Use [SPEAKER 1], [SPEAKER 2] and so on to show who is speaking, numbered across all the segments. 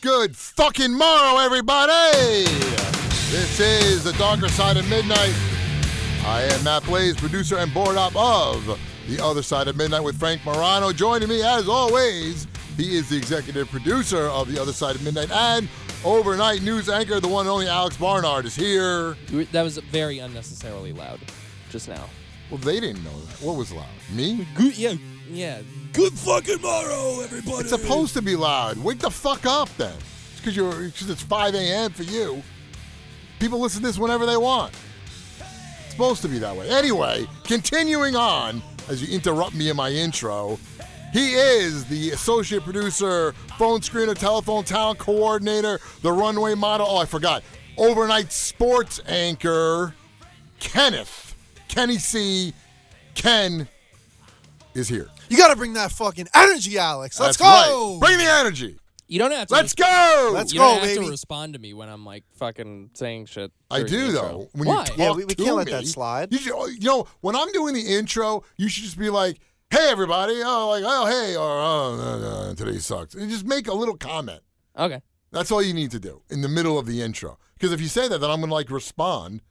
[SPEAKER 1] Good fucking morrow, everybody! This is The Darker Side of Midnight. I am Matt Blaze, producer and board op of The Other Side of Midnight with Frank Morano. Joining me, as always, he is the executive producer of The Other Side of Midnight and overnight news anchor, the one and only Alex Barnard, is here.
[SPEAKER 2] That was very unnecessarily loud just now.
[SPEAKER 1] Well, they didn't know that. What was loud? Me?
[SPEAKER 2] Good, yeah, yeah. Good fucking morrow, everybody.
[SPEAKER 1] It's supposed to be loud. Wake the fuck up, then. It's because you're because it's 5 a.m. for you. People listen to this whenever they want. It's supposed to be that way. Anyway, continuing on as you interrupt me in my intro. He is the associate producer, phone screener, telephone town coordinator, the runway model. Oh, I forgot. Overnight sports anchor, Kenneth. Kenny C. Ken is here.
[SPEAKER 3] You got to bring that fucking energy, Alex. Let's
[SPEAKER 1] That's
[SPEAKER 3] go.
[SPEAKER 1] right. Bring the energy.
[SPEAKER 2] You don't have to.
[SPEAKER 1] Let's go.
[SPEAKER 3] Let's
[SPEAKER 2] you don't
[SPEAKER 3] go,
[SPEAKER 2] have
[SPEAKER 3] baby.
[SPEAKER 2] to respond to me when I'm like fucking saying shit.
[SPEAKER 1] I
[SPEAKER 2] during the
[SPEAKER 1] do
[SPEAKER 2] intro.
[SPEAKER 1] though. When
[SPEAKER 2] Why?
[SPEAKER 1] you talk
[SPEAKER 3] Yeah, we- we
[SPEAKER 1] to
[SPEAKER 3] can't let that
[SPEAKER 1] me,
[SPEAKER 3] slide.
[SPEAKER 1] You, should, you know, when I'm doing the intro, you should just be like, "Hey, everybody!" Oh, like, "Oh, hey," or "Oh, no, no, today sucks." And just make a little comment.
[SPEAKER 2] okay.
[SPEAKER 1] That's all you need to do in the middle of the intro. Because if you say that, then I'm gonna like respond,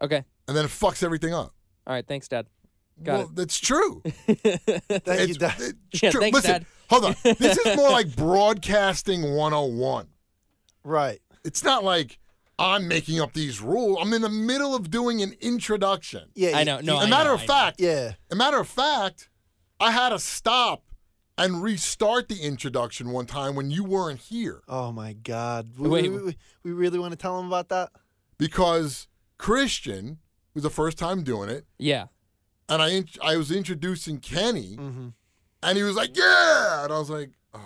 [SPEAKER 2] Okay.
[SPEAKER 1] and then it fucks everything up.
[SPEAKER 2] All right. Thanks, Dad. Got
[SPEAKER 1] well, that's true.
[SPEAKER 2] it.
[SPEAKER 3] Thank you,
[SPEAKER 1] It's,
[SPEAKER 3] Dad.
[SPEAKER 1] it's
[SPEAKER 2] Yeah,
[SPEAKER 1] true.
[SPEAKER 2] thanks,
[SPEAKER 1] Listen,
[SPEAKER 2] Dad.
[SPEAKER 1] hold on. This is more like broadcasting 101.
[SPEAKER 3] Right.
[SPEAKER 1] It's not like I'm making up these rules. I'm in the middle of doing an introduction.
[SPEAKER 3] Yeah.
[SPEAKER 2] I
[SPEAKER 3] you-
[SPEAKER 2] know. No.
[SPEAKER 1] a
[SPEAKER 2] I
[SPEAKER 1] matter
[SPEAKER 2] know,
[SPEAKER 1] of
[SPEAKER 2] I know.
[SPEAKER 1] fact,
[SPEAKER 3] Yeah.
[SPEAKER 1] a matter of fact, I had to stop and restart the introduction one time when you weren't here
[SPEAKER 3] Oh my God. We,
[SPEAKER 2] Wait.
[SPEAKER 3] we, we, we really want to tell him about that?
[SPEAKER 1] because Christian was the first time doing it,
[SPEAKER 2] Yeah.
[SPEAKER 1] and I int- I was introducing Kenny,
[SPEAKER 3] Mm-hmm.
[SPEAKER 1] and he was like, "Yeah," and I was like, oh.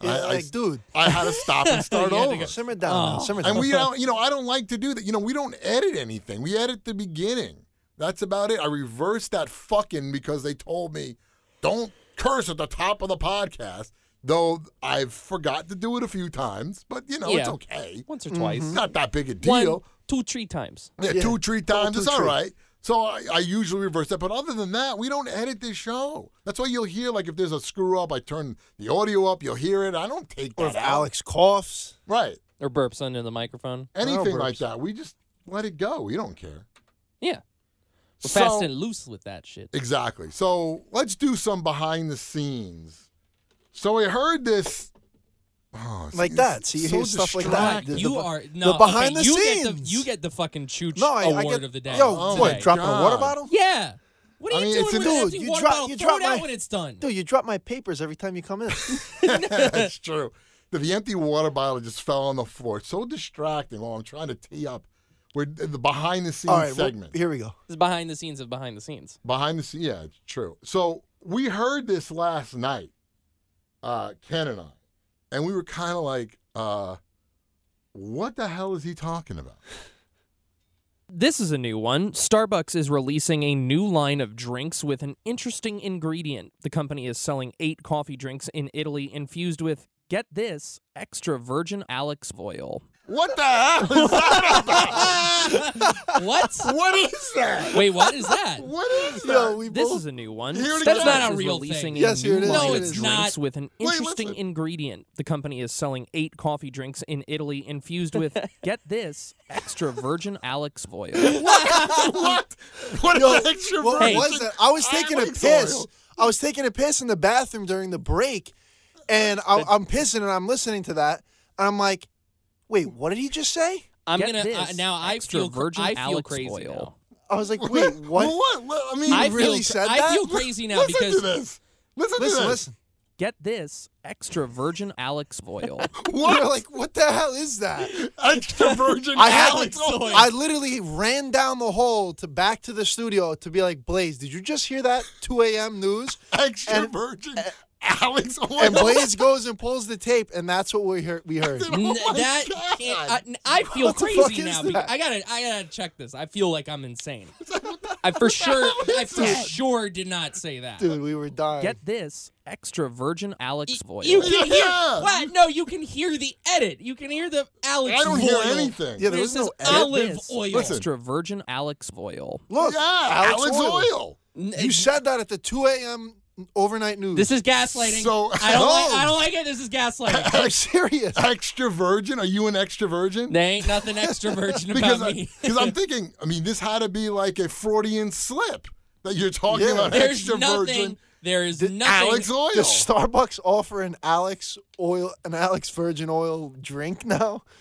[SPEAKER 3] Yeah,
[SPEAKER 1] I, I
[SPEAKER 3] like,
[SPEAKER 1] s-
[SPEAKER 3] dude,
[SPEAKER 1] I had to stop and start
[SPEAKER 2] You had to
[SPEAKER 1] over.
[SPEAKER 2] go-
[SPEAKER 3] simmer down. now,
[SPEAKER 2] Oh.
[SPEAKER 3] Simmer down.
[SPEAKER 1] And we don't, you know, I don't like to do that. You know, we don't edit anything. We edit the beginning. That's about it. I reversed that fucking because they told me don't curse at the top of the podcast. Though I've forgot to do it a few times, but you know, it's
[SPEAKER 2] Yeah.
[SPEAKER 1] okay.
[SPEAKER 2] Once or twice.
[SPEAKER 1] It's not that big a
[SPEAKER 2] One,
[SPEAKER 1] deal.
[SPEAKER 2] two, three times.
[SPEAKER 1] Yeah,
[SPEAKER 3] Yeah.
[SPEAKER 1] two, three times.
[SPEAKER 3] two,
[SPEAKER 1] it's all
[SPEAKER 3] three.
[SPEAKER 1] right. So I, I usually reverse that. But other than that, we don't edit this show. That's why you'll hear like if there's a screw up, I turn the audio up. You'll hear it. I don't take
[SPEAKER 3] or
[SPEAKER 1] that
[SPEAKER 3] if
[SPEAKER 1] out.
[SPEAKER 3] Alex coughs.
[SPEAKER 1] Right.
[SPEAKER 2] Or burps under the microphone.
[SPEAKER 1] Anything
[SPEAKER 3] burps.
[SPEAKER 1] like that. We just let it go. We don't care.
[SPEAKER 2] Yeah. We're
[SPEAKER 1] So-
[SPEAKER 2] fast and loose with that shit.
[SPEAKER 1] Exactly. So let's do some behind the scenes. So I heard this. Oh,
[SPEAKER 3] Like
[SPEAKER 1] it's
[SPEAKER 3] that. So you hear
[SPEAKER 1] so
[SPEAKER 3] stuff like that.
[SPEAKER 2] Right,
[SPEAKER 3] The- the
[SPEAKER 2] you
[SPEAKER 3] be-
[SPEAKER 2] are
[SPEAKER 3] the
[SPEAKER 2] no okay,
[SPEAKER 3] behind the
[SPEAKER 2] you Get the,
[SPEAKER 3] scenes.
[SPEAKER 2] you get the fucking chooch
[SPEAKER 3] No, I, I
[SPEAKER 2] award
[SPEAKER 3] get,
[SPEAKER 2] of the day.
[SPEAKER 3] Yo, what?
[SPEAKER 2] today.
[SPEAKER 3] Dropping a water
[SPEAKER 1] God.
[SPEAKER 3] bottle?
[SPEAKER 2] Yeah. What are
[SPEAKER 1] I mean,
[SPEAKER 2] you
[SPEAKER 1] it's
[SPEAKER 2] doing
[SPEAKER 1] a-
[SPEAKER 2] with
[SPEAKER 3] Dude,
[SPEAKER 2] an empty
[SPEAKER 3] you
[SPEAKER 2] water
[SPEAKER 3] drop-
[SPEAKER 2] bottle?
[SPEAKER 3] you
[SPEAKER 2] Throw
[SPEAKER 3] drop
[SPEAKER 2] it out
[SPEAKER 3] my-
[SPEAKER 2] when it's done.
[SPEAKER 3] Dude, you drop my papers every time you come in.
[SPEAKER 1] That's true. The, the empty water bottle just fell on the floor. It's so distracting while I'm trying to tee up. We're in the behind the scenes
[SPEAKER 3] All right. well,
[SPEAKER 1] segment.
[SPEAKER 3] here we go.
[SPEAKER 2] This is behind the scenes of behind the scenes.
[SPEAKER 1] behind the scenes. Yeah, it's true. So we heard this last night, uh, Ken and I, and we were kind of like, uh, what the hell is he talking about?
[SPEAKER 2] This is a new one. Starbucks is releasing a new line of drinks with an interesting ingredient. The company is selling eight coffee drinks in Italy infused with, get this, extra virgin Alex oil.
[SPEAKER 1] What the hell is that about?
[SPEAKER 2] what?
[SPEAKER 1] What is that?
[SPEAKER 2] Wait, what is that?
[SPEAKER 1] What is that?
[SPEAKER 3] Yo, we
[SPEAKER 2] This
[SPEAKER 3] both.
[SPEAKER 2] is a new one.
[SPEAKER 1] Here it
[SPEAKER 2] That's
[SPEAKER 1] is.
[SPEAKER 2] not a
[SPEAKER 1] Is
[SPEAKER 2] real
[SPEAKER 3] releasing
[SPEAKER 2] thing.
[SPEAKER 3] a Yes, here it new is. line
[SPEAKER 2] No,
[SPEAKER 3] of
[SPEAKER 2] it's not.
[SPEAKER 3] drinks
[SPEAKER 2] With an
[SPEAKER 1] Wait,
[SPEAKER 2] interesting
[SPEAKER 1] listen.
[SPEAKER 2] ingredient, the company is selling eight coffee drinks in Italy infused with get this extra virgin Alex oil.
[SPEAKER 1] what? What
[SPEAKER 3] Yo,
[SPEAKER 1] an extra
[SPEAKER 3] what
[SPEAKER 1] virgin
[SPEAKER 3] was that? I was taking a
[SPEAKER 1] Alex
[SPEAKER 3] piss.
[SPEAKER 1] oil.
[SPEAKER 3] I was taking a piss in the bathroom during the break, and I, I'm pissing and I'm listening to that, and I'm like, "Wait, what did he just say?"
[SPEAKER 2] I'm
[SPEAKER 4] Get
[SPEAKER 2] gonna
[SPEAKER 4] this
[SPEAKER 2] uh, now. I
[SPEAKER 4] extra
[SPEAKER 2] feel cr-
[SPEAKER 4] virgin
[SPEAKER 2] I feel
[SPEAKER 4] Alex
[SPEAKER 2] crazy
[SPEAKER 4] oil.
[SPEAKER 2] now.
[SPEAKER 3] I was like, "Wait,
[SPEAKER 1] Well,
[SPEAKER 3] what?"
[SPEAKER 1] what? Well, I mean,
[SPEAKER 2] I
[SPEAKER 3] You really
[SPEAKER 2] feel,
[SPEAKER 3] said
[SPEAKER 2] I
[SPEAKER 3] that?
[SPEAKER 2] feel crazy now
[SPEAKER 1] listen
[SPEAKER 2] because
[SPEAKER 1] to this. Listen,
[SPEAKER 3] Listen,
[SPEAKER 1] to this.
[SPEAKER 3] listen.
[SPEAKER 4] Get this extra virgin Alex oil.
[SPEAKER 3] We
[SPEAKER 1] What?
[SPEAKER 3] were like, "What the hell is that?"
[SPEAKER 1] extra virgin
[SPEAKER 3] I had
[SPEAKER 1] Alex
[SPEAKER 3] like,
[SPEAKER 1] oil.
[SPEAKER 3] I literally ran down the hall to back to the studio to be like, "Blaze, did you just hear that 2 a.m. news?"
[SPEAKER 1] Extra
[SPEAKER 3] and-
[SPEAKER 1] virgin Alex oil.
[SPEAKER 3] And Blaze goes and pulls the tape, and that's what we heard. We heard.
[SPEAKER 1] Oh
[SPEAKER 2] N-
[SPEAKER 1] my
[SPEAKER 2] that
[SPEAKER 1] God.
[SPEAKER 2] can't, I, n- I feel
[SPEAKER 3] What the fuck
[SPEAKER 2] crazy
[SPEAKER 3] is
[SPEAKER 2] now.
[SPEAKER 3] that?
[SPEAKER 2] because- I gotta, I gotta check this. I feel like I'm insane. I for sure, I for
[SPEAKER 1] that?
[SPEAKER 2] sure did not say that.
[SPEAKER 3] Dude, we were dying.
[SPEAKER 4] Get this extra virgin Alex oil.
[SPEAKER 2] You can hear
[SPEAKER 1] Yeah.
[SPEAKER 2] what? No, you can hear the edit. You can hear the Alex.
[SPEAKER 1] I don't hear
[SPEAKER 2] oil.
[SPEAKER 1] anything.
[SPEAKER 3] Yeah,
[SPEAKER 2] It
[SPEAKER 3] there was
[SPEAKER 2] says
[SPEAKER 3] no edit.
[SPEAKER 2] olive
[SPEAKER 4] This
[SPEAKER 2] oil.
[SPEAKER 1] Listen.
[SPEAKER 4] extra virgin Alex oil.
[SPEAKER 3] Look,
[SPEAKER 1] Yeah, Alex, oil.
[SPEAKER 2] N-
[SPEAKER 3] You said that at the 2 a.m. overnight news.
[SPEAKER 2] This is gaslighting.
[SPEAKER 1] So-
[SPEAKER 2] I don't like. I
[SPEAKER 1] Oh.
[SPEAKER 2] don't like it. This is gaslighting.
[SPEAKER 3] I'm serious.
[SPEAKER 1] Extra virgin? Are you an extra virgin?
[SPEAKER 2] there ain't nothing extra virgin
[SPEAKER 1] because
[SPEAKER 2] about
[SPEAKER 1] I,
[SPEAKER 2] me.
[SPEAKER 1] 'cause I'm thinking, I mean, this had to be like a Freudian slip that you're talking
[SPEAKER 3] Yeah.
[SPEAKER 1] about
[SPEAKER 2] There's
[SPEAKER 1] extra virgin
[SPEAKER 2] nothing. There is nothing.
[SPEAKER 1] Alex Oil.
[SPEAKER 3] Does Starbucks offer an Alex oil, an Alex virgin oil drink now?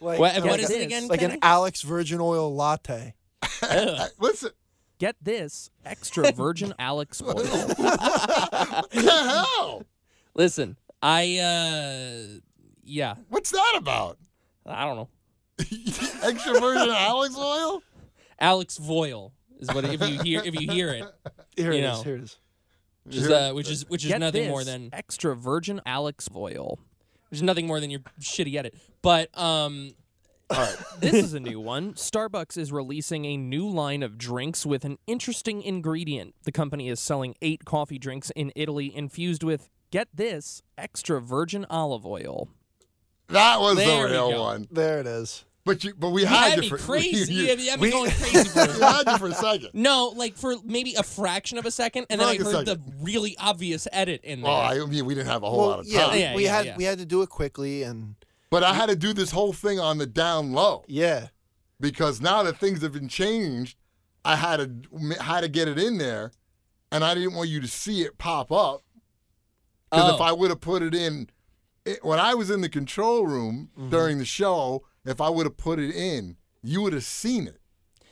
[SPEAKER 3] Like,
[SPEAKER 2] What-
[SPEAKER 3] like
[SPEAKER 2] what is
[SPEAKER 3] a-
[SPEAKER 2] it again,
[SPEAKER 3] Like an
[SPEAKER 2] Kenny?
[SPEAKER 3] Alex virgin oil latte.
[SPEAKER 1] Uh, Listen,
[SPEAKER 4] Get this extra virgin Alex oil.
[SPEAKER 1] what the hell?
[SPEAKER 2] Listen, I. uh Yeah,
[SPEAKER 1] What's that about?
[SPEAKER 2] I don't know.
[SPEAKER 1] extra virgin Alex oil?
[SPEAKER 2] Alex Voyle is what if you hear if you hear it,
[SPEAKER 3] Here
[SPEAKER 2] You
[SPEAKER 3] it is.
[SPEAKER 2] know.
[SPEAKER 3] Here it is.
[SPEAKER 2] which is uh, which is which is
[SPEAKER 4] Get
[SPEAKER 2] nothing more
[SPEAKER 4] this
[SPEAKER 2] than
[SPEAKER 4] extra virgin Alex oil.
[SPEAKER 2] which is nothing more than your shitty edit. But um,
[SPEAKER 4] This is a new one. Starbucks is releasing a new line of drinks with an interesting ingredient. The company is selling eight coffee drinks in Italy infused with, get this, extra virgin olive oil.
[SPEAKER 1] That was
[SPEAKER 2] There
[SPEAKER 1] the
[SPEAKER 2] we
[SPEAKER 1] real
[SPEAKER 2] go.
[SPEAKER 1] one.
[SPEAKER 3] There it is.
[SPEAKER 1] But you, but we
[SPEAKER 2] you
[SPEAKER 1] had
[SPEAKER 2] had
[SPEAKER 1] you
[SPEAKER 2] me
[SPEAKER 1] for
[SPEAKER 2] crazy.
[SPEAKER 1] You,
[SPEAKER 2] You had- you had
[SPEAKER 3] we-
[SPEAKER 2] me going crazy for
[SPEAKER 1] you
[SPEAKER 2] it.
[SPEAKER 1] had you for a second.
[SPEAKER 2] No, like for maybe a fraction of a second, and
[SPEAKER 1] For
[SPEAKER 2] then
[SPEAKER 1] like a
[SPEAKER 2] I heard the
[SPEAKER 1] second.
[SPEAKER 2] really obvious edit in there.
[SPEAKER 1] Well, I mean, we didn't have a whole lot
[SPEAKER 3] Well,
[SPEAKER 1] of
[SPEAKER 3] yeah,
[SPEAKER 1] time,
[SPEAKER 3] we,
[SPEAKER 2] Yeah,
[SPEAKER 3] we
[SPEAKER 2] yeah,
[SPEAKER 3] had
[SPEAKER 2] yeah.
[SPEAKER 3] we had to do it quickly and
[SPEAKER 1] but I had to do this whole thing on the down low
[SPEAKER 3] yeah.
[SPEAKER 1] because now that things have been changed, I had to had to get it in there, and I didn't want you to see it pop up because if
[SPEAKER 2] Oh.
[SPEAKER 1] I would have put it in it, when I was in the control room
[SPEAKER 3] Mm-hmm.
[SPEAKER 1] during the show, if I would have put it in, you would have seen it.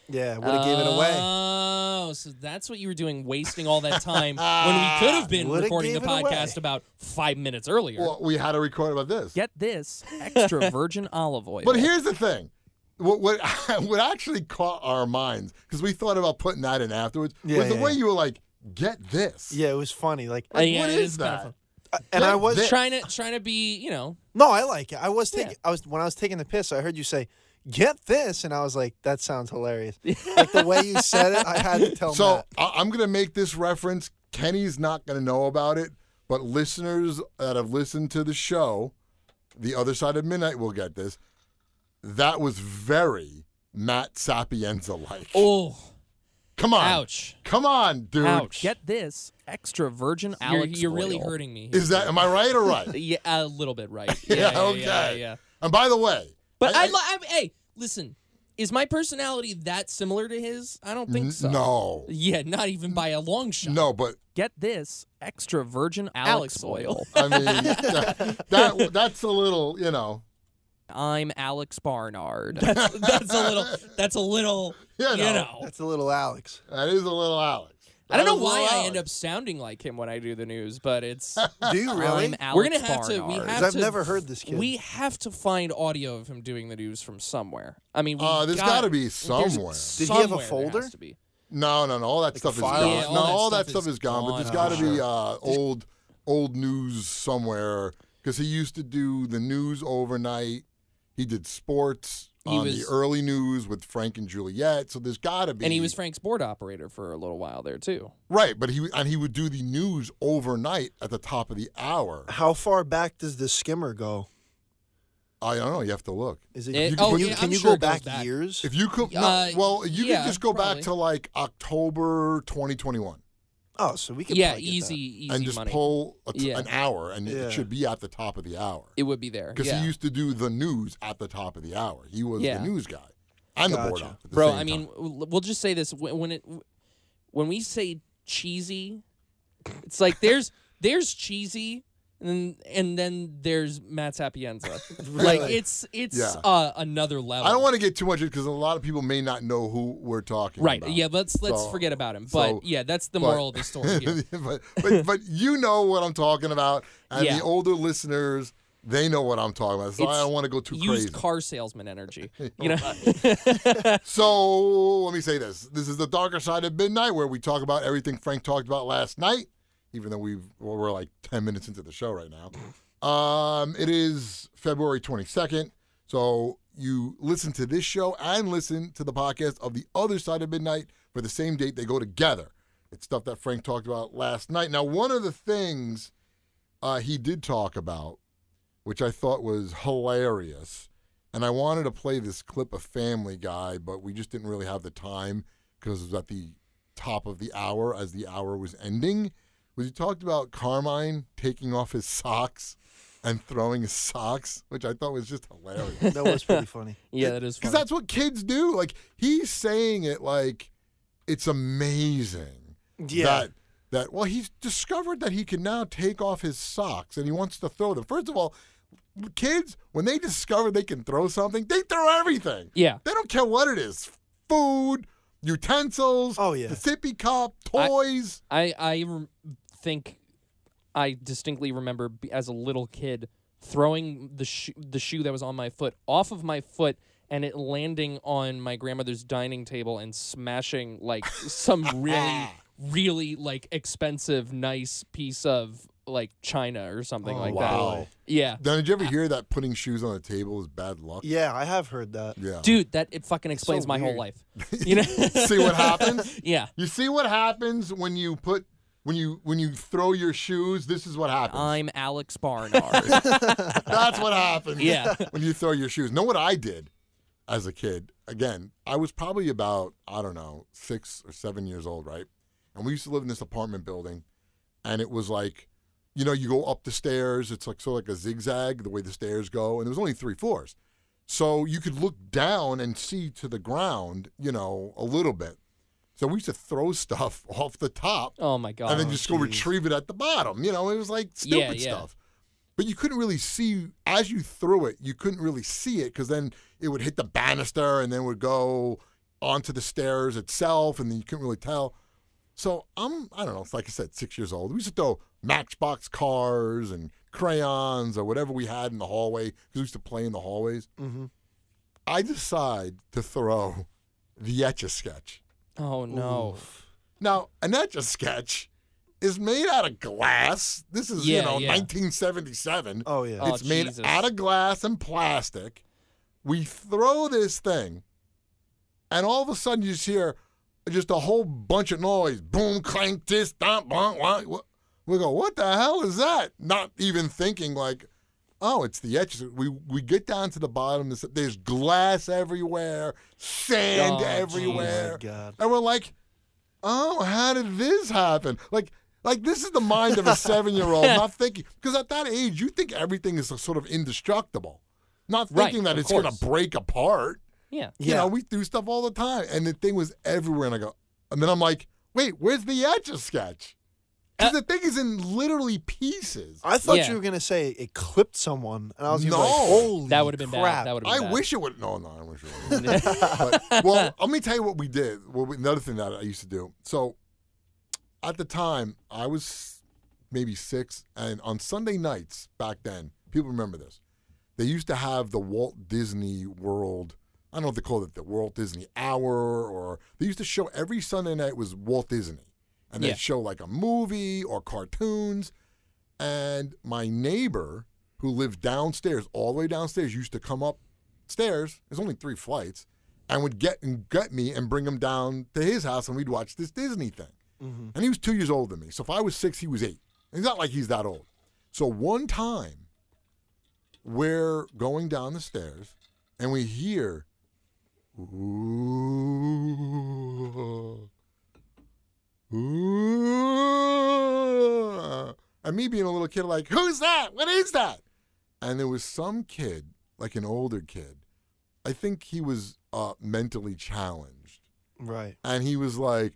[SPEAKER 3] Yeah, would have gave it away.
[SPEAKER 2] Oh, so that's what you were doing, wasting all that time when we could have been
[SPEAKER 3] Would've
[SPEAKER 2] recording the
[SPEAKER 3] gave it away.
[SPEAKER 2] podcast about five minutes earlier.
[SPEAKER 1] Well, we had to record about this.
[SPEAKER 4] Get this, extra virgin olive oil.
[SPEAKER 1] But here's the thing. What, what, what actually caught our minds, because we thought about putting that in afterwards,
[SPEAKER 3] Yeah,
[SPEAKER 1] was the
[SPEAKER 3] yeah,
[SPEAKER 1] way
[SPEAKER 3] yeah.
[SPEAKER 1] you were like, get this.
[SPEAKER 3] Yeah, it was funny. Like
[SPEAKER 2] Uh, yeah,
[SPEAKER 1] what
[SPEAKER 2] it
[SPEAKER 1] is
[SPEAKER 2] is kind of
[SPEAKER 1] that?
[SPEAKER 2] fun.
[SPEAKER 3] Uh, and I
[SPEAKER 1] that-
[SPEAKER 3] was
[SPEAKER 1] that-
[SPEAKER 2] trying to trying to be, you know,
[SPEAKER 3] No, I like it. I was
[SPEAKER 2] Yeah.
[SPEAKER 3] taking I was when I was taking the piss, I heard you say, "Get this." And I was like, that sounds hilarious. like the way you said it, I had to
[SPEAKER 2] Oh,
[SPEAKER 3] tell
[SPEAKER 1] So
[SPEAKER 3] Matt.
[SPEAKER 1] I- I'm going to make this reference. Kenny's not going to know about it, but listeners that have listened to the show, The Other Side of Midnight, will get this. That was very Matt Sapienza like.
[SPEAKER 2] oh,
[SPEAKER 1] Come on.
[SPEAKER 2] ouch.
[SPEAKER 1] Come on, dude.
[SPEAKER 2] Ouch.
[SPEAKER 4] Get this, extra virgin
[SPEAKER 2] You're-
[SPEAKER 4] Alex
[SPEAKER 2] you're, really
[SPEAKER 4] oil.
[SPEAKER 2] hurting me.
[SPEAKER 1] Is that, am I right or right?
[SPEAKER 2] yeah, a little bit right. Yeah, yeah, yeah,
[SPEAKER 1] okay.
[SPEAKER 2] yeah, yeah.
[SPEAKER 1] And by the way,
[SPEAKER 2] But
[SPEAKER 1] I-
[SPEAKER 2] I, li- I, hey, listen, is my personality that similar to his? I don't think
[SPEAKER 1] n-
[SPEAKER 2] so.
[SPEAKER 1] no.
[SPEAKER 2] Yeah, not even by a long shot.
[SPEAKER 1] No, but
[SPEAKER 4] Get this, extra virgin
[SPEAKER 2] Alex
[SPEAKER 4] Alex,
[SPEAKER 2] oil.
[SPEAKER 4] oil.
[SPEAKER 1] I mean, that, that that's a little, you know.
[SPEAKER 4] I'm Alex Barnard.
[SPEAKER 2] That's, that's a little. That's a little.
[SPEAKER 1] You know,
[SPEAKER 2] You know.
[SPEAKER 3] That's a little Alex.
[SPEAKER 1] That is a little Alex.
[SPEAKER 2] I don't
[SPEAKER 1] That
[SPEAKER 2] know
[SPEAKER 1] is a
[SPEAKER 2] Oh, why
[SPEAKER 1] little
[SPEAKER 2] I
[SPEAKER 1] Alex.
[SPEAKER 2] end up sounding like him when I do the news, but it's
[SPEAKER 3] Do you
[SPEAKER 4] I'm
[SPEAKER 3] really?
[SPEAKER 4] Alex
[SPEAKER 2] we're gonna have to. We
[SPEAKER 4] Barnard.
[SPEAKER 2] have
[SPEAKER 3] 'Cause I've
[SPEAKER 2] to-
[SPEAKER 3] never heard this kid.
[SPEAKER 2] We have to find audio of him doing the news from somewhere. I mean, we
[SPEAKER 1] Uh, there's
[SPEAKER 2] got
[SPEAKER 1] gotta be
[SPEAKER 2] there's
[SPEAKER 1] somewhere.
[SPEAKER 3] Did he have
[SPEAKER 2] somewhere
[SPEAKER 3] a
[SPEAKER 2] there
[SPEAKER 3] folder?
[SPEAKER 2] has to be.
[SPEAKER 1] No, no, no. All that
[SPEAKER 3] Like
[SPEAKER 1] stuff is
[SPEAKER 3] file?
[SPEAKER 1] gone.
[SPEAKER 2] Yeah, all
[SPEAKER 1] no,
[SPEAKER 2] that
[SPEAKER 1] all that
[SPEAKER 2] stuff
[SPEAKER 1] stuff
[SPEAKER 2] is
[SPEAKER 1] is gone. But there's
[SPEAKER 2] gone, Oh,
[SPEAKER 1] got
[SPEAKER 2] I'm
[SPEAKER 1] to be uh, old, old news somewhere because he used to do the news overnight. He did sports
[SPEAKER 2] He
[SPEAKER 1] on
[SPEAKER 2] was-
[SPEAKER 1] the early news with Frank and Juliet. So there's got to be.
[SPEAKER 2] And he was Frank's board operator for a little while there too.
[SPEAKER 1] right, but he and he would do the news overnight at the top of the hour.
[SPEAKER 3] How far back does the skimmer go?
[SPEAKER 1] I don't know. You have to look.
[SPEAKER 3] Is it,
[SPEAKER 2] It-
[SPEAKER 3] you,
[SPEAKER 2] oh,
[SPEAKER 3] can you,
[SPEAKER 2] yeah,
[SPEAKER 3] can
[SPEAKER 2] I'm
[SPEAKER 3] you
[SPEAKER 2] sure
[SPEAKER 3] go
[SPEAKER 2] it goes
[SPEAKER 3] back,
[SPEAKER 2] back.
[SPEAKER 3] years?
[SPEAKER 1] If you could, no,
[SPEAKER 2] Uh,
[SPEAKER 1] well, you
[SPEAKER 2] yeah,
[SPEAKER 1] can just go
[SPEAKER 2] probably.
[SPEAKER 1] back to like October 2021
[SPEAKER 3] oh, so we could
[SPEAKER 2] yeah,
[SPEAKER 3] probably get
[SPEAKER 2] easy,
[SPEAKER 3] that.
[SPEAKER 2] easy
[SPEAKER 1] and just
[SPEAKER 2] money.
[SPEAKER 1] pull a t-
[SPEAKER 2] Yeah.
[SPEAKER 1] an hour, and it-
[SPEAKER 3] Yeah.
[SPEAKER 1] it should be at the top of the hour.
[SPEAKER 2] it would be there.
[SPEAKER 1] because
[SPEAKER 2] yeah.
[SPEAKER 1] he used to do the news at the top of the hour. He was
[SPEAKER 2] Yeah.
[SPEAKER 1] the news guy and the board
[SPEAKER 3] Gotcha.
[SPEAKER 1] op. at the
[SPEAKER 2] Bro,
[SPEAKER 1] same
[SPEAKER 2] I mean,
[SPEAKER 1] time.
[SPEAKER 2] w- we'll just say this wh- when it when we say cheesy, it's like there's there's cheesy and then, and then there's Matt Sapienza. Like
[SPEAKER 3] Really?
[SPEAKER 2] it's it's
[SPEAKER 1] Yeah.
[SPEAKER 2] uh, another level.
[SPEAKER 1] I don't want to get too much because a lot of people may not know who we're talking
[SPEAKER 2] Right.
[SPEAKER 1] about.
[SPEAKER 2] Yeah, let's let's
[SPEAKER 1] So-
[SPEAKER 2] forget about him. But
[SPEAKER 1] so-
[SPEAKER 2] yeah, that's the
[SPEAKER 1] but-
[SPEAKER 2] moral of the story here.
[SPEAKER 1] but, but but you know what I'm talking about, and
[SPEAKER 2] Yeah.
[SPEAKER 1] the older listeners they know what I'm talking about. So I
[SPEAKER 2] It's
[SPEAKER 1] don't want to go too crazy.
[SPEAKER 2] Used car salesman energy. You know.
[SPEAKER 1] So let me say this: this is the darker side of midnight, where we talk about everything Frank talked about last night, even though we've well, we're like ten minutes into the show right now. Um, it is February twenty second, so you listen to this show and listen to the podcast of the other side of midnight for the same date. They go together. It's stuff that Frank talked about last night. Now, one of the things uh, he did talk about, which I thought was hilarious. And I wanted to play this clip of Family Guy, but we just didn't really have the time because it was at the top of the hour as the hour was ending. was you talked about Carmine taking off his socks and throwing his socks, which I thought was just hilarious.
[SPEAKER 3] That was pretty funny.
[SPEAKER 4] Yeah, that is
[SPEAKER 1] Because
[SPEAKER 4] funny.
[SPEAKER 1] that's what kids do. Like he's saying it like it's amazing
[SPEAKER 3] Yeah.
[SPEAKER 1] that that well he's discovered that he can now take off his socks and he wants to throw them. First of all, kids when they discover they can throw something, they throw everything.
[SPEAKER 2] Yeah.
[SPEAKER 1] They don't care what it is. Food, utensils,
[SPEAKER 3] Oh, yeah.
[SPEAKER 1] the sippy cup,
[SPEAKER 2] I-
[SPEAKER 1] toys.
[SPEAKER 2] I I rem- think I distinctly remember b- as a little kid throwing the shoe the shoe that was on my foot off of my foot and it landing on my grandmother's dining table and smashing like some really really like expensive nice piece of like china or something like
[SPEAKER 3] Oh, wow.
[SPEAKER 2] that. Yeah.
[SPEAKER 1] now, did you ever hear that putting shoes on the table is bad luck?
[SPEAKER 3] Yeah, I have heard that.
[SPEAKER 1] Yeah.
[SPEAKER 2] Dude, that it fucking explains my whole
[SPEAKER 3] weird.
[SPEAKER 2] life. You know?
[SPEAKER 1] See what happens?
[SPEAKER 2] yeah.
[SPEAKER 1] You see what happens when you put when you when you throw your shoes. This is what happens.
[SPEAKER 2] I'm Alex Barnard.
[SPEAKER 1] That's what happens.
[SPEAKER 2] Yeah.
[SPEAKER 1] when you throw your shoes. Know what I did as a kid? Again, I was probably about I don't know six or seven years old, right? And we used to live in this apartment building, and it was like, you know, you go up the stairs. It's like sort of like a zigzag the way the stairs go, and there was only three floors, so you could look down and see to the ground, you know, a little bit. So we used to throw stuff off the top
[SPEAKER 2] oh my god.
[SPEAKER 1] and then just go retrieve it at the bottom. You know, it was like
[SPEAKER 2] Yeah,
[SPEAKER 1] stupid
[SPEAKER 2] yeah.
[SPEAKER 1] stuff. But you couldn't really see as you threw it. You couldn't really see it because then it would hit the banister and then would go onto the stairs itself, and then you couldn't really tell. So I'm I don't know. Like I said, six years old. We used to throw Matchbox cars and crayons or whatever we had in the hallway because we used to play in the hallways.
[SPEAKER 3] Mhm.
[SPEAKER 1] I decide to throw the etch a sketch.
[SPEAKER 2] oh no.
[SPEAKER 1] Now, an etch a sketch is made out of glass. This is, you
[SPEAKER 2] Yeah,
[SPEAKER 1] know,
[SPEAKER 2] yeah.
[SPEAKER 1] 1977.
[SPEAKER 3] Oh yeah.
[SPEAKER 2] Oh,
[SPEAKER 1] it's made
[SPEAKER 2] Jesus.
[SPEAKER 1] out of glass and plastic. We throw this thing, and all of a sudden you just hear just a whole bunch of noise boom, clank, this, stomp, bonk, wonk. Wha- We go, what the hell is that? Not even thinking, like, oh, it's the etch. We, we get down to the bottom, this- there's glass everywhere, sand
[SPEAKER 2] Oh,
[SPEAKER 1] everywhere.
[SPEAKER 3] Oh my god.
[SPEAKER 1] And we're like, oh, how did this happen? Like, like this is the mind of a seven-year-old not thinking because at that age you think everything is sort of indestructible, not
[SPEAKER 2] Right,
[SPEAKER 1] thinking that
[SPEAKER 2] of
[SPEAKER 1] it's going
[SPEAKER 2] course.
[SPEAKER 1] to break apart.
[SPEAKER 2] Yeah.
[SPEAKER 1] You
[SPEAKER 3] Yeah.
[SPEAKER 1] know, we do stuff all the time, and the thing was everywhere. And I go, and then I'm like, wait, where's the etch a sketch?
[SPEAKER 2] Uh,
[SPEAKER 1] Because the thing is in literally pieces.
[SPEAKER 3] I thought
[SPEAKER 2] Yeah.
[SPEAKER 3] you were gonna say it clipped someone, and I was gonna be like,
[SPEAKER 1] No.
[SPEAKER 3] "Holy
[SPEAKER 2] That would have been
[SPEAKER 3] crap.
[SPEAKER 2] bad. That would have
[SPEAKER 1] I
[SPEAKER 2] been bad.
[SPEAKER 1] wish it would. No, no, I wish it would. but, well, let me tell you what we did. Well, we- another thing that I used to do. So, at the time, I was maybe six, and on Sunday nights back then, people remember this. They used to have the Walt Disney World. I don't know if they called it the Walt Disney Hour, or they used to show every Sunday night was Walt Disney, and they'd
[SPEAKER 2] Yeah.
[SPEAKER 1] show like a movie or cartoons. And my neighbor, who lived downstairs, all the way downstairs, used to come upstairs. There's only three flights, and would get and get me and bring him down to his house, and we'd watch this Disney thing. And he was two years older than me, so if I was six, he was eight. And It's not like he's that old. So one time, we're going down the stairs, and we hear, ooh, ooh, and me being a little kid, like, who's that? What is that? And there was some kid, like an older kid. I think he was uh, mentally challenged
[SPEAKER 3] Right.
[SPEAKER 1] and he was like,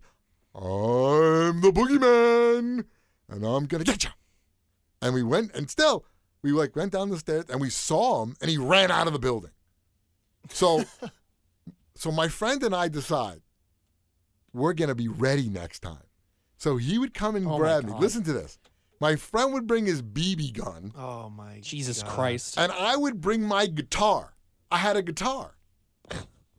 [SPEAKER 1] "I'm the boogeyman, and I'm gonna get you." And we went, and still, we like went down the stairs, and we saw him, and he ran out of the building. So, so my friend and I decide we're gonna be ready next time. So he would come and
[SPEAKER 2] Oh my
[SPEAKER 1] grab me.
[SPEAKER 2] God.
[SPEAKER 1] Listen to this. My friend would bring his BB gun,
[SPEAKER 3] Oh my.
[SPEAKER 2] Jesus
[SPEAKER 3] God.
[SPEAKER 2] Christ.
[SPEAKER 1] and I would bring my guitar. I had a guitar.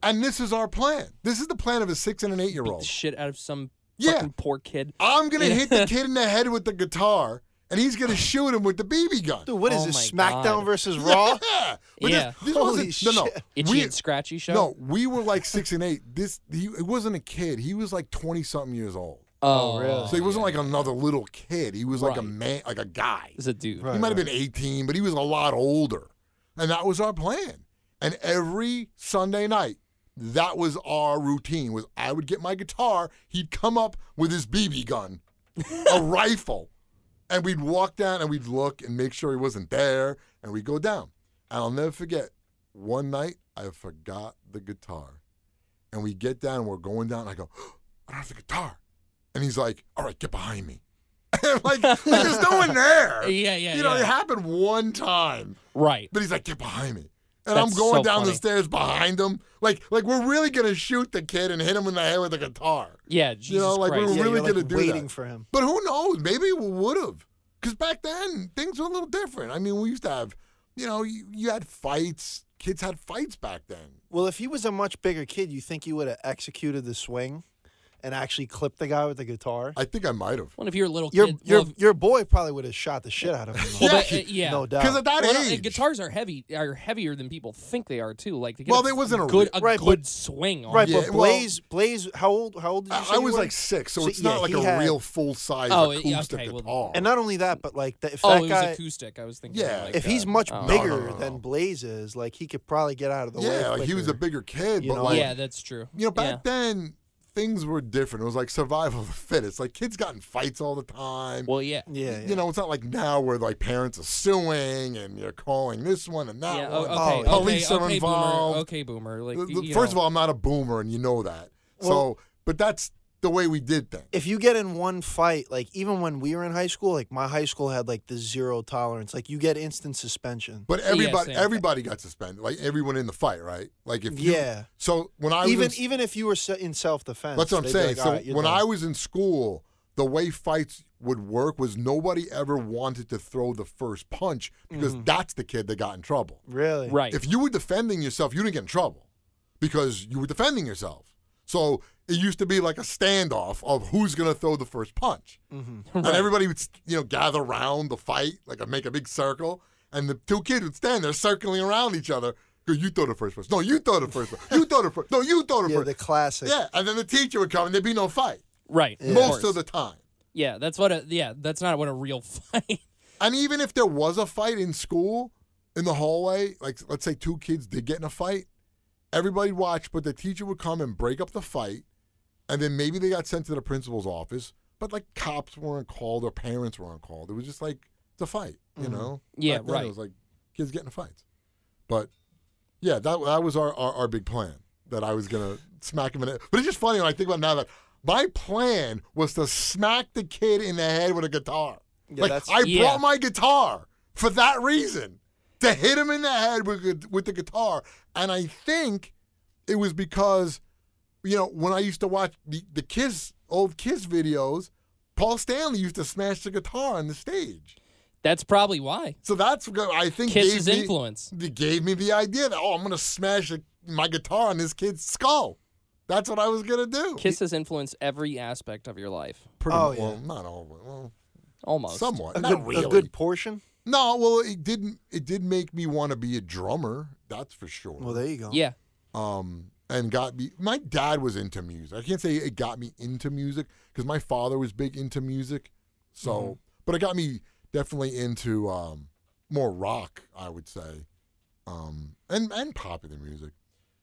[SPEAKER 1] And this is our plan. This is the plan of a six and an eight year
[SPEAKER 2] Beat the
[SPEAKER 1] old.
[SPEAKER 2] shit out of some
[SPEAKER 1] Yeah.
[SPEAKER 2] fucking poor kid.
[SPEAKER 1] I'm gonna
[SPEAKER 2] Yeah.
[SPEAKER 1] hit the kid in the head with the guitar, and he's gonna shoot him with the BB gun.
[SPEAKER 3] Dude, what is
[SPEAKER 2] Oh
[SPEAKER 3] this?
[SPEAKER 2] my
[SPEAKER 3] SmackDown
[SPEAKER 2] God.
[SPEAKER 3] versus Raw?
[SPEAKER 1] Yeah, but
[SPEAKER 2] Yeah.
[SPEAKER 1] This, this
[SPEAKER 3] Holy
[SPEAKER 1] wasn't, no, no.
[SPEAKER 3] shit.
[SPEAKER 2] Itchy
[SPEAKER 1] We-
[SPEAKER 2] and scratchy show.
[SPEAKER 1] no, we were like six and eight. This he it wasn't a kid. He was like twenty something years old.
[SPEAKER 2] Oh,
[SPEAKER 3] Oh, really?
[SPEAKER 1] So he wasn't like another little kid. He was like a
[SPEAKER 2] Right.
[SPEAKER 1] man, like a guy.
[SPEAKER 2] It's a dude.
[SPEAKER 3] Right.
[SPEAKER 1] He might have been 18, but he was a lot older. And that was our plan. And every Sunday night, that was our routine was I would get my guitar, he'd come up with his BB gun a rifle. And we'd walk down and we'd look and make sure he wasn't there and we'd go down. And I'll never forget one night I forgot the guitar. And we get down and we're going down and I go, I don't have the guitar. And he's like, All right, get behind me. And like, like there's no one there.
[SPEAKER 4] Yeah, yeah,
[SPEAKER 1] You know,
[SPEAKER 4] yeah.
[SPEAKER 1] it happened one time.
[SPEAKER 4] Right.
[SPEAKER 1] But he's like, get behind me. And I'm
[SPEAKER 4] That's
[SPEAKER 1] going
[SPEAKER 4] so
[SPEAKER 1] down the
[SPEAKER 4] funny.
[SPEAKER 1] stairs behind him. Like, like we're really gonna shoot the kid and hit him in the head with a guitar.
[SPEAKER 4] Yeah. Jesus
[SPEAKER 1] you know, like
[SPEAKER 4] Christ.
[SPEAKER 1] we were
[SPEAKER 3] Yeah,
[SPEAKER 1] really
[SPEAKER 3] you're, like,
[SPEAKER 1] gonna do
[SPEAKER 3] waiting
[SPEAKER 1] that.
[SPEAKER 3] for him.
[SPEAKER 1] But who knows? Maybe we would have. Because back then things were a little different. I mean, we used to have, you know, you, you had fights. Kids had fights back then.
[SPEAKER 3] Well, if he was a much bigger kid, you think you would have executed the swing and actually clipped the guy with the guitar?
[SPEAKER 1] I think I might have.
[SPEAKER 4] Well, if you're a little
[SPEAKER 3] Your
[SPEAKER 4] kid,
[SPEAKER 3] your
[SPEAKER 4] well,
[SPEAKER 3] your boy probably would have shot the shit out of him.
[SPEAKER 1] Yeah.
[SPEAKER 4] well, but, uh, yeah.
[SPEAKER 3] no
[SPEAKER 1] Because
[SPEAKER 3] doubt.
[SPEAKER 1] at that
[SPEAKER 4] Well, no,
[SPEAKER 1] age,
[SPEAKER 4] and guitars are heavy, are heavier than people think they are too. Like, they get
[SPEAKER 1] Well,
[SPEAKER 4] a
[SPEAKER 1] there wasn't a
[SPEAKER 4] good,
[SPEAKER 1] re-
[SPEAKER 4] a
[SPEAKER 3] Right, but-
[SPEAKER 4] good swing on.
[SPEAKER 3] Right,
[SPEAKER 1] Yeah,
[SPEAKER 3] but
[SPEAKER 1] well-
[SPEAKER 3] Blaze, Blaze, how old? How old did you
[SPEAKER 1] I,
[SPEAKER 3] say
[SPEAKER 1] I
[SPEAKER 3] you
[SPEAKER 1] was
[SPEAKER 3] were?
[SPEAKER 1] like six, so, it's
[SPEAKER 3] yeah,
[SPEAKER 1] not like
[SPEAKER 3] he
[SPEAKER 1] a
[SPEAKER 3] had-
[SPEAKER 1] real full size
[SPEAKER 4] Oh, yeah,
[SPEAKER 1] acoustic
[SPEAKER 4] okay, well,
[SPEAKER 1] guitar.
[SPEAKER 3] And not only that, but like that, if
[SPEAKER 4] Oh,
[SPEAKER 3] that
[SPEAKER 4] it was
[SPEAKER 3] guy,
[SPEAKER 4] acoustic. I was thinking.
[SPEAKER 1] Yeah.
[SPEAKER 4] like,
[SPEAKER 3] if he's
[SPEAKER 4] uh,
[SPEAKER 3] much
[SPEAKER 4] oh.
[SPEAKER 3] bigger
[SPEAKER 1] no, no, no.
[SPEAKER 3] than Blaze is, like he could probably get out of the way.
[SPEAKER 1] yeah, like he was a
[SPEAKER 3] quicker.
[SPEAKER 1] bigger kid,
[SPEAKER 3] you
[SPEAKER 1] but
[SPEAKER 3] know?
[SPEAKER 1] like
[SPEAKER 4] yeah, that's true.
[SPEAKER 1] You know, back
[SPEAKER 4] yeah.
[SPEAKER 1] then things were different. It was like survival of the fittest. Like kids got in fights all the time.
[SPEAKER 4] Well, yeah.
[SPEAKER 3] Yeah, yeah.
[SPEAKER 1] You know, it's not like now where like parents are suing and you're calling this one and that
[SPEAKER 4] Yeah,
[SPEAKER 1] one.
[SPEAKER 4] o- okay,
[SPEAKER 1] Oh, police
[SPEAKER 4] okay,
[SPEAKER 1] are
[SPEAKER 4] okay,
[SPEAKER 1] involved.
[SPEAKER 4] Boomer, okay, boomer. Like,
[SPEAKER 1] The- the-
[SPEAKER 4] you
[SPEAKER 1] First of
[SPEAKER 4] know.
[SPEAKER 1] all, I'm not a boomer, and you know that. so,
[SPEAKER 3] Well-
[SPEAKER 1] but that's the way we did things.
[SPEAKER 3] if you get in one fight, like even when we were in high school, like my high school had like the zero tolerance. Like you get instant suspension.
[SPEAKER 1] But everybody,
[SPEAKER 4] same.
[SPEAKER 1] everybody got suspended. Like everyone in the fight, right? Like if you,
[SPEAKER 3] Yeah.
[SPEAKER 1] So when I was
[SPEAKER 3] even E
[SPEAKER 1] in-
[SPEAKER 3] even if you were se- in self defense,
[SPEAKER 1] That's what I'm saying. so when I was in school, the way fights would work was nobody ever wanted to throw the first punch because
[SPEAKER 4] Mm-hmm.
[SPEAKER 1] that's the kid that got in trouble.
[SPEAKER 3] really
[SPEAKER 4] right.
[SPEAKER 1] If you were defending yourself, you didn't get in trouble because you were defending yourself. So it used to be like a standoff of who's going to throw the first punch. And everybody would, you know, gather around the fight, like make a big circle. And the two kids would stand there circling around each other. Go, you throw the first punch. No, you throw the first punch. You throw the first. No, you throw the
[SPEAKER 3] yeah,
[SPEAKER 1] first.
[SPEAKER 3] the classic.
[SPEAKER 1] Yeah, and then the teacher would come and there'd be no fight
[SPEAKER 4] right. Of
[SPEAKER 1] most
[SPEAKER 4] course.
[SPEAKER 1] of the time.
[SPEAKER 4] Yeah, that's what. A, yeah, that's not what a real fight.
[SPEAKER 1] And even if there was a fight in school, in the hallway, like let's say two kids did get in a fight, everybody watched, but the teacher would come and break up the fight, and then maybe they got sent to the principal's office, but like cops weren't called or parents weren't called. It was just like the fight, you know?
[SPEAKER 4] Mm-hmm. Yeah,
[SPEAKER 1] Back then,
[SPEAKER 4] right.
[SPEAKER 1] It was like kids getting in fights. But yeah, that that was our, our, our big plan that I was gonna smack him in it. But it's just funny when I think about it now that my plan was to smack the kid in the head with a guitar.
[SPEAKER 3] Yeah,
[SPEAKER 1] like
[SPEAKER 3] that's-
[SPEAKER 1] I
[SPEAKER 4] Yeah.
[SPEAKER 1] brought my guitar for that reason to hit him in the head with gu- with the guitar, and I think it was because you know when I used to watch the the Kiss old Kiss videos, Paul Stanley used to smash the guitar on the stage.
[SPEAKER 4] That's probably why.
[SPEAKER 1] So that's what I think
[SPEAKER 4] Kiss's
[SPEAKER 1] gave me,
[SPEAKER 4] influence.
[SPEAKER 1] It gave me the idea that oh, I'm gonna smash a, my guitar on this kid's skull. That's what I was gonna do.
[SPEAKER 4] Kiss has influenced every aspect of your life,
[SPEAKER 1] Pretty
[SPEAKER 3] Oh,
[SPEAKER 1] well,
[SPEAKER 3] yeah.
[SPEAKER 1] not all, of it, well,
[SPEAKER 4] almost.
[SPEAKER 1] somewhat,
[SPEAKER 3] a
[SPEAKER 1] not
[SPEAKER 3] good,
[SPEAKER 1] really.
[SPEAKER 3] a good portion.
[SPEAKER 1] No, well, it didn't. It did make me want to be a drummer. That's for sure.
[SPEAKER 3] Well, there you go.
[SPEAKER 4] Yeah.
[SPEAKER 1] um, and got me. My dad was into music. I can't say it got me into music because my father was big into music. So, but it got me definitely into um, more rock, I would say, um, and and popular music.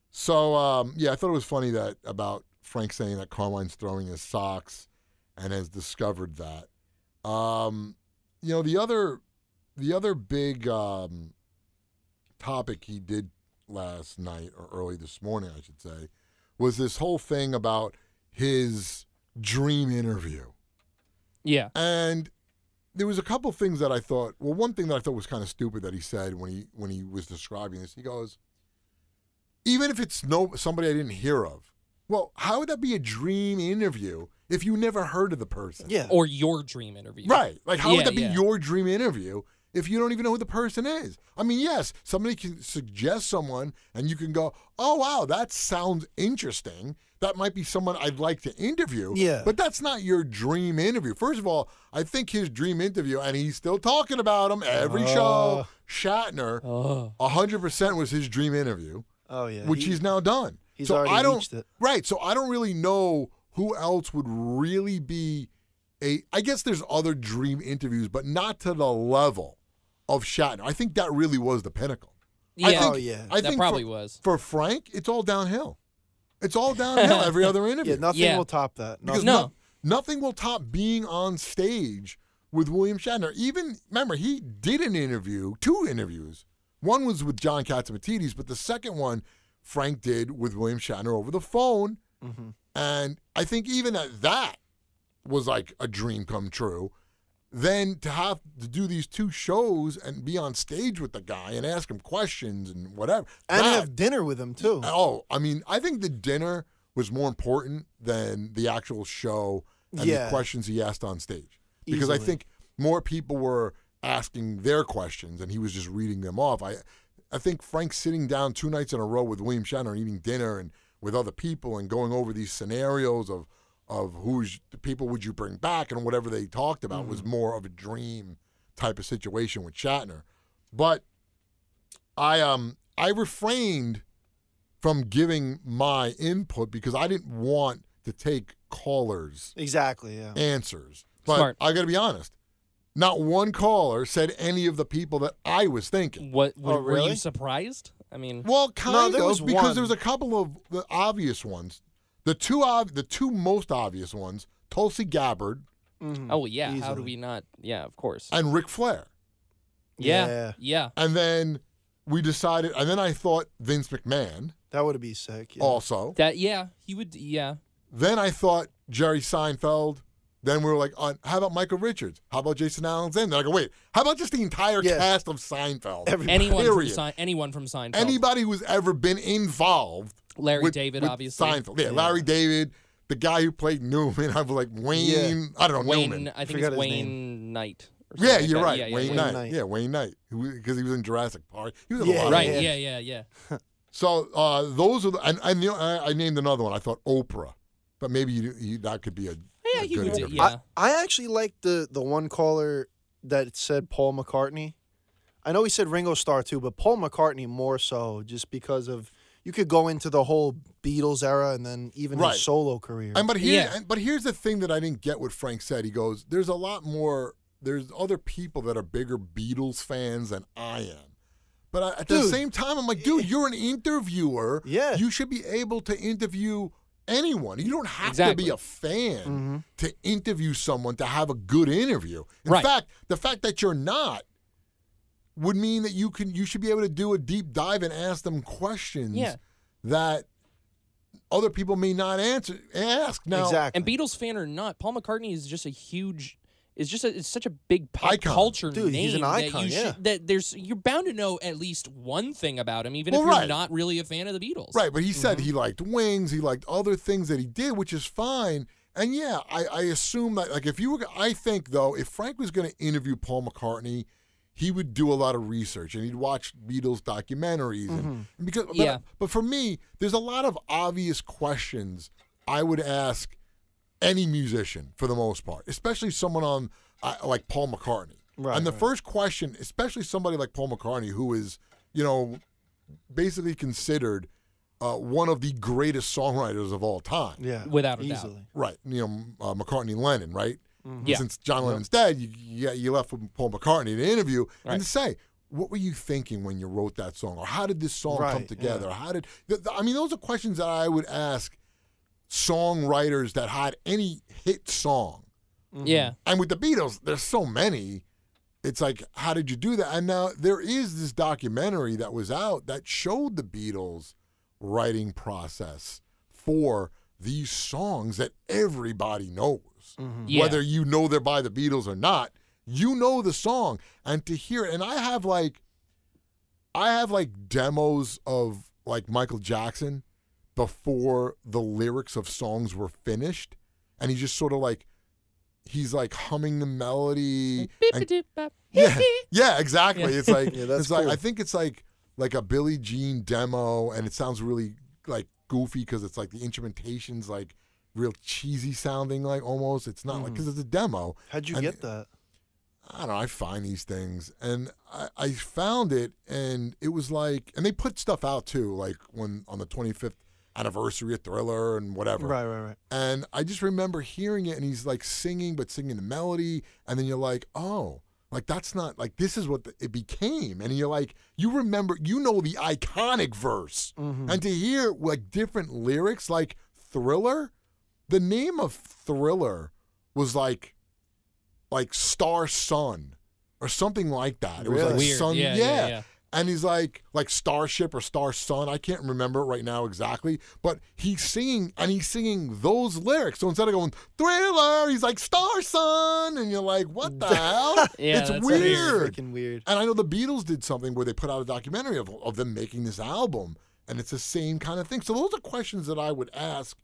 [SPEAKER 1] So um, yeah, I thought it was funny that about Frank saying that Carmine's throwing his socks, and has discovered that. Um, you know the other, the other big um, topic he did last night or early this morning, I should say, was this whole thing about his dream interview.
[SPEAKER 4] Yeah.
[SPEAKER 1] And there was a couple things that I thought. Well, one thing that I thought was kind of stupid that he said when he when he was describing this, he goes, "Even if it's no somebody I didn't hear of, well, how would that be a dream interview if you never heard of the person?
[SPEAKER 3] yeah.
[SPEAKER 4] Or your dream interview.
[SPEAKER 1] Right. Like, how would
[SPEAKER 4] Yeah,
[SPEAKER 1] that be
[SPEAKER 4] yeah.
[SPEAKER 1] your dream interview if you don't even know who the person is? I mean, yes, somebody can suggest someone and you can go, oh, wow, that sounds interesting. That might be someone I'd like to interview.
[SPEAKER 3] Yeah.
[SPEAKER 1] But that's not your dream interview. First of all, I think his dream interview, and he's still talking about him every show,
[SPEAKER 4] Uh.
[SPEAKER 3] Oh.
[SPEAKER 1] Shatner,
[SPEAKER 4] Oh.
[SPEAKER 1] 100% was his dream interview
[SPEAKER 3] Oh yeah.
[SPEAKER 1] which
[SPEAKER 3] He-
[SPEAKER 1] he's now done.
[SPEAKER 3] he's
[SPEAKER 1] so
[SPEAKER 3] already
[SPEAKER 1] I don't,
[SPEAKER 3] reached it.
[SPEAKER 1] Right. So I don't really know who else would really be a. I guess there's other dream interviews, but not to the level of Shatner. I think that really was the pinnacle.
[SPEAKER 4] Yeah.
[SPEAKER 1] I think,
[SPEAKER 3] Oh, yeah.
[SPEAKER 1] I
[SPEAKER 4] that
[SPEAKER 1] think
[SPEAKER 4] probably
[SPEAKER 1] for,
[SPEAKER 4] was.
[SPEAKER 1] for Frank, it's all downhill. It's all downhill. Every other interview.
[SPEAKER 3] yeah. Nothing
[SPEAKER 4] Yeah.
[SPEAKER 3] will top that.
[SPEAKER 1] because
[SPEAKER 3] Nothing.
[SPEAKER 4] No.
[SPEAKER 1] no- Nothing will top being on stage with William Shatner. Even remember, he did an interview, two interviews. One was with John Katzimatidis, but the second one Frank did with William Shatner over the phone.
[SPEAKER 3] Mm-hmm.
[SPEAKER 1] And I think even at that was like a dream come true. Then to have to do these two shows and be on stage with the guy and ask him questions and whatever.
[SPEAKER 3] and
[SPEAKER 1] that-
[SPEAKER 3] have dinner with him too.
[SPEAKER 1] Oh, I mean, I think the dinner was more important than the actual show and the
[SPEAKER 3] Yeah.
[SPEAKER 1] questions he asked on stage. Because I
[SPEAKER 3] Easily.
[SPEAKER 1] think more people were asking their questions and he was just reading them off. I I think Frank sitting down two nights in a row with William Shatner and eating dinner and with other people and going over these scenarios of of who's the people would you bring back and whatever they talked about was
[SPEAKER 3] Mm.
[SPEAKER 1] more of a dream type of situation with Shatner. But I um I refrained from giving my input because I didn't want to take callers'
[SPEAKER 3] Exactly. Yeah.
[SPEAKER 1] answers. But
[SPEAKER 2] Smart.
[SPEAKER 1] I got to be honest, not one caller said any of the people that I was thinking.
[SPEAKER 2] What? Were,
[SPEAKER 3] Oh,
[SPEAKER 2] were you
[SPEAKER 3] really?
[SPEAKER 2] surprised? I mean,
[SPEAKER 1] Well, kind
[SPEAKER 3] there
[SPEAKER 1] of
[SPEAKER 3] was
[SPEAKER 1] because
[SPEAKER 3] one.
[SPEAKER 1] there was a couple of the obvious ones. The two ob- the two most obvious ones, Tulsi Gabbard Hmm.
[SPEAKER 3] Mhm.
[SPEAKER 2] oh yeah. How do
[SPEAKER 3] Easily.
[SPEAKER 2] we not? Yeah, of course.
[SPEAKER 1] and Ric Flair.
[SPEAKER 2] yeah, yeah.
[SPEAKER 3] Yeah.
[SPEAKER 1] And then we decided and then I thought Vince McMahon
[SPEAKER 3] That would be sick. Yeah.
[SPEAKER 1] also.
[SPEAKER 2] That yeah. He would. Yeah.
[SPEAKER 1] Then I thought Jerry Seinfeld. Then we were like, uh, how about Michael Richards? How about Jason Alexander? Then I go, wait, how about just the entire
[SPEAKER 3] Yeah.
[SPEAKER 1] cast of Seinfeld?
[SPEAKER 3] Everybody.
[SPEAKER 2] Anyone from
[SPEAKER 1] Period.
[SPEAKER 2] Sein anyone from Seinfeld.
[SPEAKER 1] Anybody who's ever been involved
[SPEAKER 2] Larry
[SPEAKER 1] with,
[SPEAKER 2] David,
[SPEAKER 1] with
[SPEAKER 2] obviously.
[SPEAKER 1] Seinfeld. Yeah, Larry David, the guy who played Newman. I was like, Wayne, I don't know,
[SPEAKER 2] Wayne.
[SPEAKER 1] Newman.
[SPEAKER 2] I think it's
[SPEAKER 3] Forgot his
[SPEAKER 2] Wayne Knight. or something
[SPEAKER 1] Yeah,
[SPEAKER 2] like
[SPEAKER 1] you're
[SPEAKER 2] that.
[SPEAKER 1] right.
[SPEAKER 2] Yeah, yeah,
[SPEAKER 1] Wayne,
[SPEAKER 2] Wayne
[SPEAKER 1] Knight.
[SPEAKER 3] Knight.
[SPEAKER 1] Yeah, Wayne Knight. Because he was in Jurassic Park. He was in a
[SPEAKER 3] Yeah,
[SPEAKER 1] lot
[SPEAKER 2] Right.
[SPEAKER 1] of
[SPEAKER 2] Yeah. Yeah.
[SPEAKER 3] yeah.
[SPEAKER 2] Yeah.
[SPEAKER 1] Mm-hmm. So uh, those are the, and, and you know, I, I named another one. I thought Oprah. But maybe you, you, that could be a,
[SPEAKER 2] Yeah.
[SPEAKER 1] a
[SPEAKER 2] He
[SPEAKER 1] good
[SPEAKER 2] would.
[SPEAKER 1] interview.
[SPEAKER 2] Yeah.
[SPEAKER 3] I, I actually liked the the one caller that said Paul McCartney. I know he said Ringo Starr too, but Paul McCartney more so, just because of you could go into the whole Beatles era and then even
[SPEAKER 1] Right.
[SPEAKER 3] his solo career.
[SPEAKER 1] And but here,
[SPEAKER 2] Yeah.
[SPEAKER 1] and, but here's the thing that I didn't get what Frank said. He goes, "There's a lot more. There's other people that are bigger Beatles fans than I am." But I, at the
[SPEAKER 3] Dude.
[SPEAKER 1] same time, I'm like, dude, you're an interviewer.
[SPEAKER 3] Yeah.
[SPEAKER 1] you should be able to interview anyone. You don't have to
[SPEAKER 2] Exactly. Mm-hmm.
[SPEAKER 1] be a fan to interview someone to have a good interview. In
[SPEAKER 2] Right.
[SPEAKER 1] fact, the fact that you're not would mean that you can you should be able to do a deep dive and ask them questions
[SPEAKER 2] Yeah.
[SPEAKER 1] that other people may not answer ask now
[SPEAKER 3] exactly.
[SPEAKER 2] And Beatles fan or not, Paul McCartney is just a huge. Is just a, it's such a big pop
[SPEAKER 1] Icon.
[SPEAKER 2] culture
[SPEAKER 3] Dude,
[SPEAKER 2] name
[SPEAKER 3] he's an
[SPEAKER 2] that
[SPEAKER 3] icon,
[SPEAKER 2] you
[SPEAKER 3] yeah.
[SPEAKER 2] should, that there's you're bound to know at least one thing about him, even
[SPEAKER 1] Well,
[SPEAKER 2] if you're
[SPEAKER 1] right.
[SPEAKER 2] not really a fan of the Beatles.
[SPEAKER 1] right but he said
[SPEAKER 3] Mm-hmm.
[SPEAKER 1] he liked wings he liked other things that he did which is fine and yeah i, I assume that like if you were i think though if frank was going to interview paul mccartney he would do a lot of research and he'd watch beatles documentaries and,
[SPEAKER 3] Mm-hmm.
[SPEAKER 1] and because but,
[SPEAKER 2] Yeah.
[SPEAKER 1] but for me there's a lot of obvious questions i would ask any musician for the most part, especially someone on uh, like Paul McCartney.
[SPEAKER 3] Right,
[SPEAKER 1] and the
[SPEAKER 3] right.
[SPEAKER 1] first question, especially somebody like Paul McCartney, who is you know basically considered uh, one of the greatest songwriters of all time.
[SPEAKER 3] yeah,
[SPEAKER 2] Without a doubt.
[SPEAKER 3] easily.
[SPEAKER 1] Right, you know uh, McCartney Lennon, right?
[SPEAKER 3] Mm-hmm.
[SPEAKER 2] Yeah.
[SPEAKER 1] Since John Lennon's dead, you, you you left with Paul McCartney to interview
[SPEAKER 2] Right.
[SPEAKER 1] and to say what were you thinking when you wrote that song, or how did this song
[SPEAKER 3] Right,
[SPEAKER 1] come
[SPEAKER 3] yeah.
[SPEAKER 1] together? How did th- th- I mean those are questions that I would ask songwriters that had any hit song.
[SPEAKER 2] Yeah.
[SPEAKER 1] And with the Beatles, there's so many. It's like, how did you do that? And now there is this documentary that was out that showed the Beatles writing process for these songs that everybody knows.
[SPEAKER 3] Mm-hmm.
[SPEAKER 2] Yeah.
[SPEAKER 1] Whether you know they're by the Beatles or not, you know the song. And to hear it, and I have like I have like demos of like Michael Jackson before the lyrics of songs were finished. And he just sort of like he's like humming the melody. and- yeah, yeah, exactly. It's like
[SPEAKER 3] Yeah, that's
[SPEAKER 1] it's like
[SPEAKER 3] cool.
[SPEAKER 1] I think it's like like a Billie Jean demo, and it sounds really like goofy because it's like the instrumentation's like real cheesy sounding, like almost. It's not like
[SPEAKER 3] Mm.
[SPEAKER 1] because it's a demo.
[SPEAKER 3] How'd you
[SPEAKER 1] And-
[SPEAKER 3] get that?
[SPEAKER 1] I don't know. I find these things, and I, I found it, and it was like, and they put stuff out too, like when on the 25th anniversary of Thriller and whatever.
[SPEAKER 3] Right, right, right.
[SPEAKER 1] And I just remember hearing it, and he's like singing, but singing the melody, and then you're like, oh, like that's not like this is what the, it became, and you're like, you remember, you know the iconic verse, and to hear like different lyrics, like Thriller, the name of Thriller was like like Star Sun or something like that. It was like
[SPEAKER 3] Really?
[SPEAKER 2] Weird.
[SPEAKER 1] Sun,
[SPEAKER 2] Yeah, yeah, yeah.
[SPEAKER 1] And he's like like Starship or Star Sun. I can't remember it right now exactly, but he's singing and he's singing those lyrics. So instead of going Thriller, he's like Star Sun, and you're like, what the hell?
[SPEAKER 2] Yeah,
[SPEAKER 1] it's
[SPEAKER 2] that's
[SPEAKER 1] weird.
[SPEAKER 3] Freaking weird.
[SPEAKER 1] And I know the Beatles did something where they put out a documentary of, of them making this album, and it's the same kind of thing. So those are questions that I would ask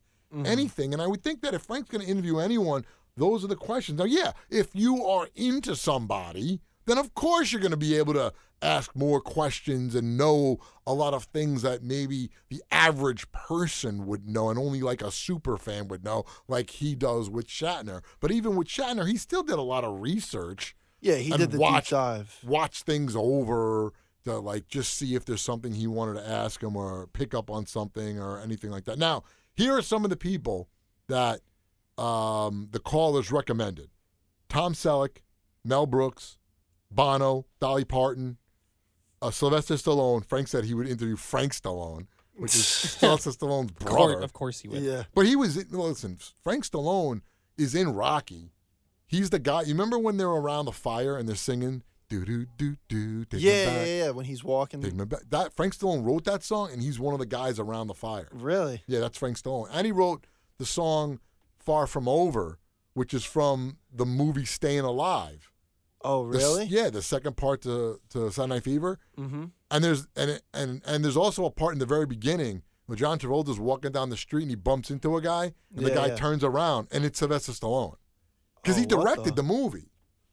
[SPEAKER 1] anything, and I would think that if Frank's going to interview anyone, those are the questions. Now, yeah, if you are into somebody, then of course you're going to be able to ask more questions and know a lot of things that maybe the average person would know and only like a super fan would know, like he does with Shatner. But even with Shatner, he still did a lot of research
[SPEAKER 3] Yeah, he
[SPEAKER 1] and
[SPEAKER 3] did the
[SPEAKER 1] watch-
[SPEAKER 3] deep dive.
[SPEAKER 1] watch things over to like just see if there's something he wanted to ask him or pick up on something or anything like that. Now, here are some of the people that um, the callers recommended: Tom Selleck, Mel Brooks, Bono, Dolly Parton, uh, Sylvester Stallone. Frank said he would interview Frank Stallone, which is Sylvester Stallone's
[SPEAKER 2] Of course,
[SPEAKER 1] brother.
[SPEAKER 2] of course he would.
[SPEAKER 3] Yeah.
[SPEAKER 1] But he was in- listen. Frank Stallone is in Rocky. He's the guy. You remember when they're around the fire and they're singing do do do do. Take
[SPEAKER 3] Yeah,
[SPEAKER 1] me
[SPEAKER 3] yeah,
[SPEAKER 1] back,
[SPEAKER 3] yeah, When he's walking.
[SPEAKER 1] Take me back. That Frank Stallone wrote that song, and he's one of the guys around the fire.
[SPEAKER 3] Really?
[SPEAKER 1] Yeah, that's Frank Stallone, and he wrote the song "Far From Over," which is from the movie "Staying Alive."
[SPEAKER 3] Oh,
[SPEAKER 1] The s-
[SPEAKER 3] really?
[SPEAKER 1] yeah, the second part to to Saturday Night Fever.
[SPEAKER 3] Mm-hmm.
[SPEAKER 1] And there's and it- and and there's also a part in the very beginning where John Travolta's walking down the street and he bumps into a guy and the
[SPEAKER 3] Yeah,
[SPEAKER 1] guy
[SPEAKER 3] yeah.
[SPEAKER 1] turns around and it's Sylvester Stallone because he
[SPEAKER 3] Oh, what
[SPEAKER 1] directed the?
[SPEAKER 3] the-
[SPEAKER 1] movie.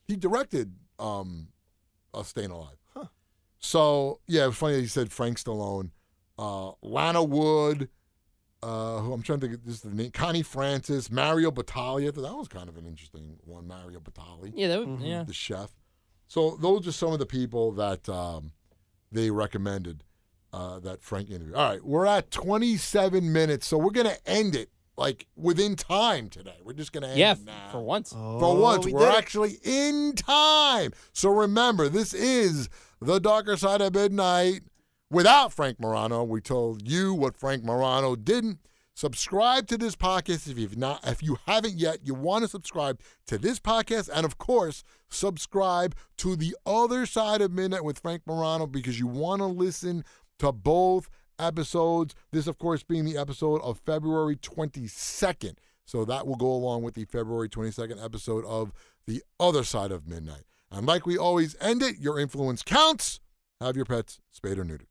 [SPEAKER 1] He directed um, uh, Staying Alive. So yeah, it was funny that you said Frank Stallone, uh, Lana Wood. Uh, who I'm trying to think, of- this is the name Connie Francis, Mario Battaglia. That was kind of an interesting one, Mario Battaglia
[SPEAKER 2] Yeah, that would, yeah.
[SPEAKER 1] the chef. So those are some of the people that um, they recommended uh, that Frank interview. All right, we're at 27 minutes, so we're gonna end it like within time today. We're just gonna end
[SPEAKER 2] Yeah,
[SPEAKER 1] it now.
[SPEAKER 2] for once.
[SPEAKER 3] Oh,
[SPEAKER 1] For once,
[SPEAKER 3] we
[SPEAKER 1] we are
[SPEAKER 3] did it.
[SPEAKER 1] actually in time. So remember, this is the darker side of midnight. Without Frank Morano, we told you what Frank Morano didn't. Subscribe to this podcast if you've not if you haven't yet. You want to subscribe to this podcast and of course subscribe to the other side of midnight with Frank Morano because you want to listen to both episodes. This, of course, being the episode of February 22nd. So that will go along with the February 22nd episode of The Other Side of Midnight. And like we always end it, your influence counts. Have your pets spayed or neutered.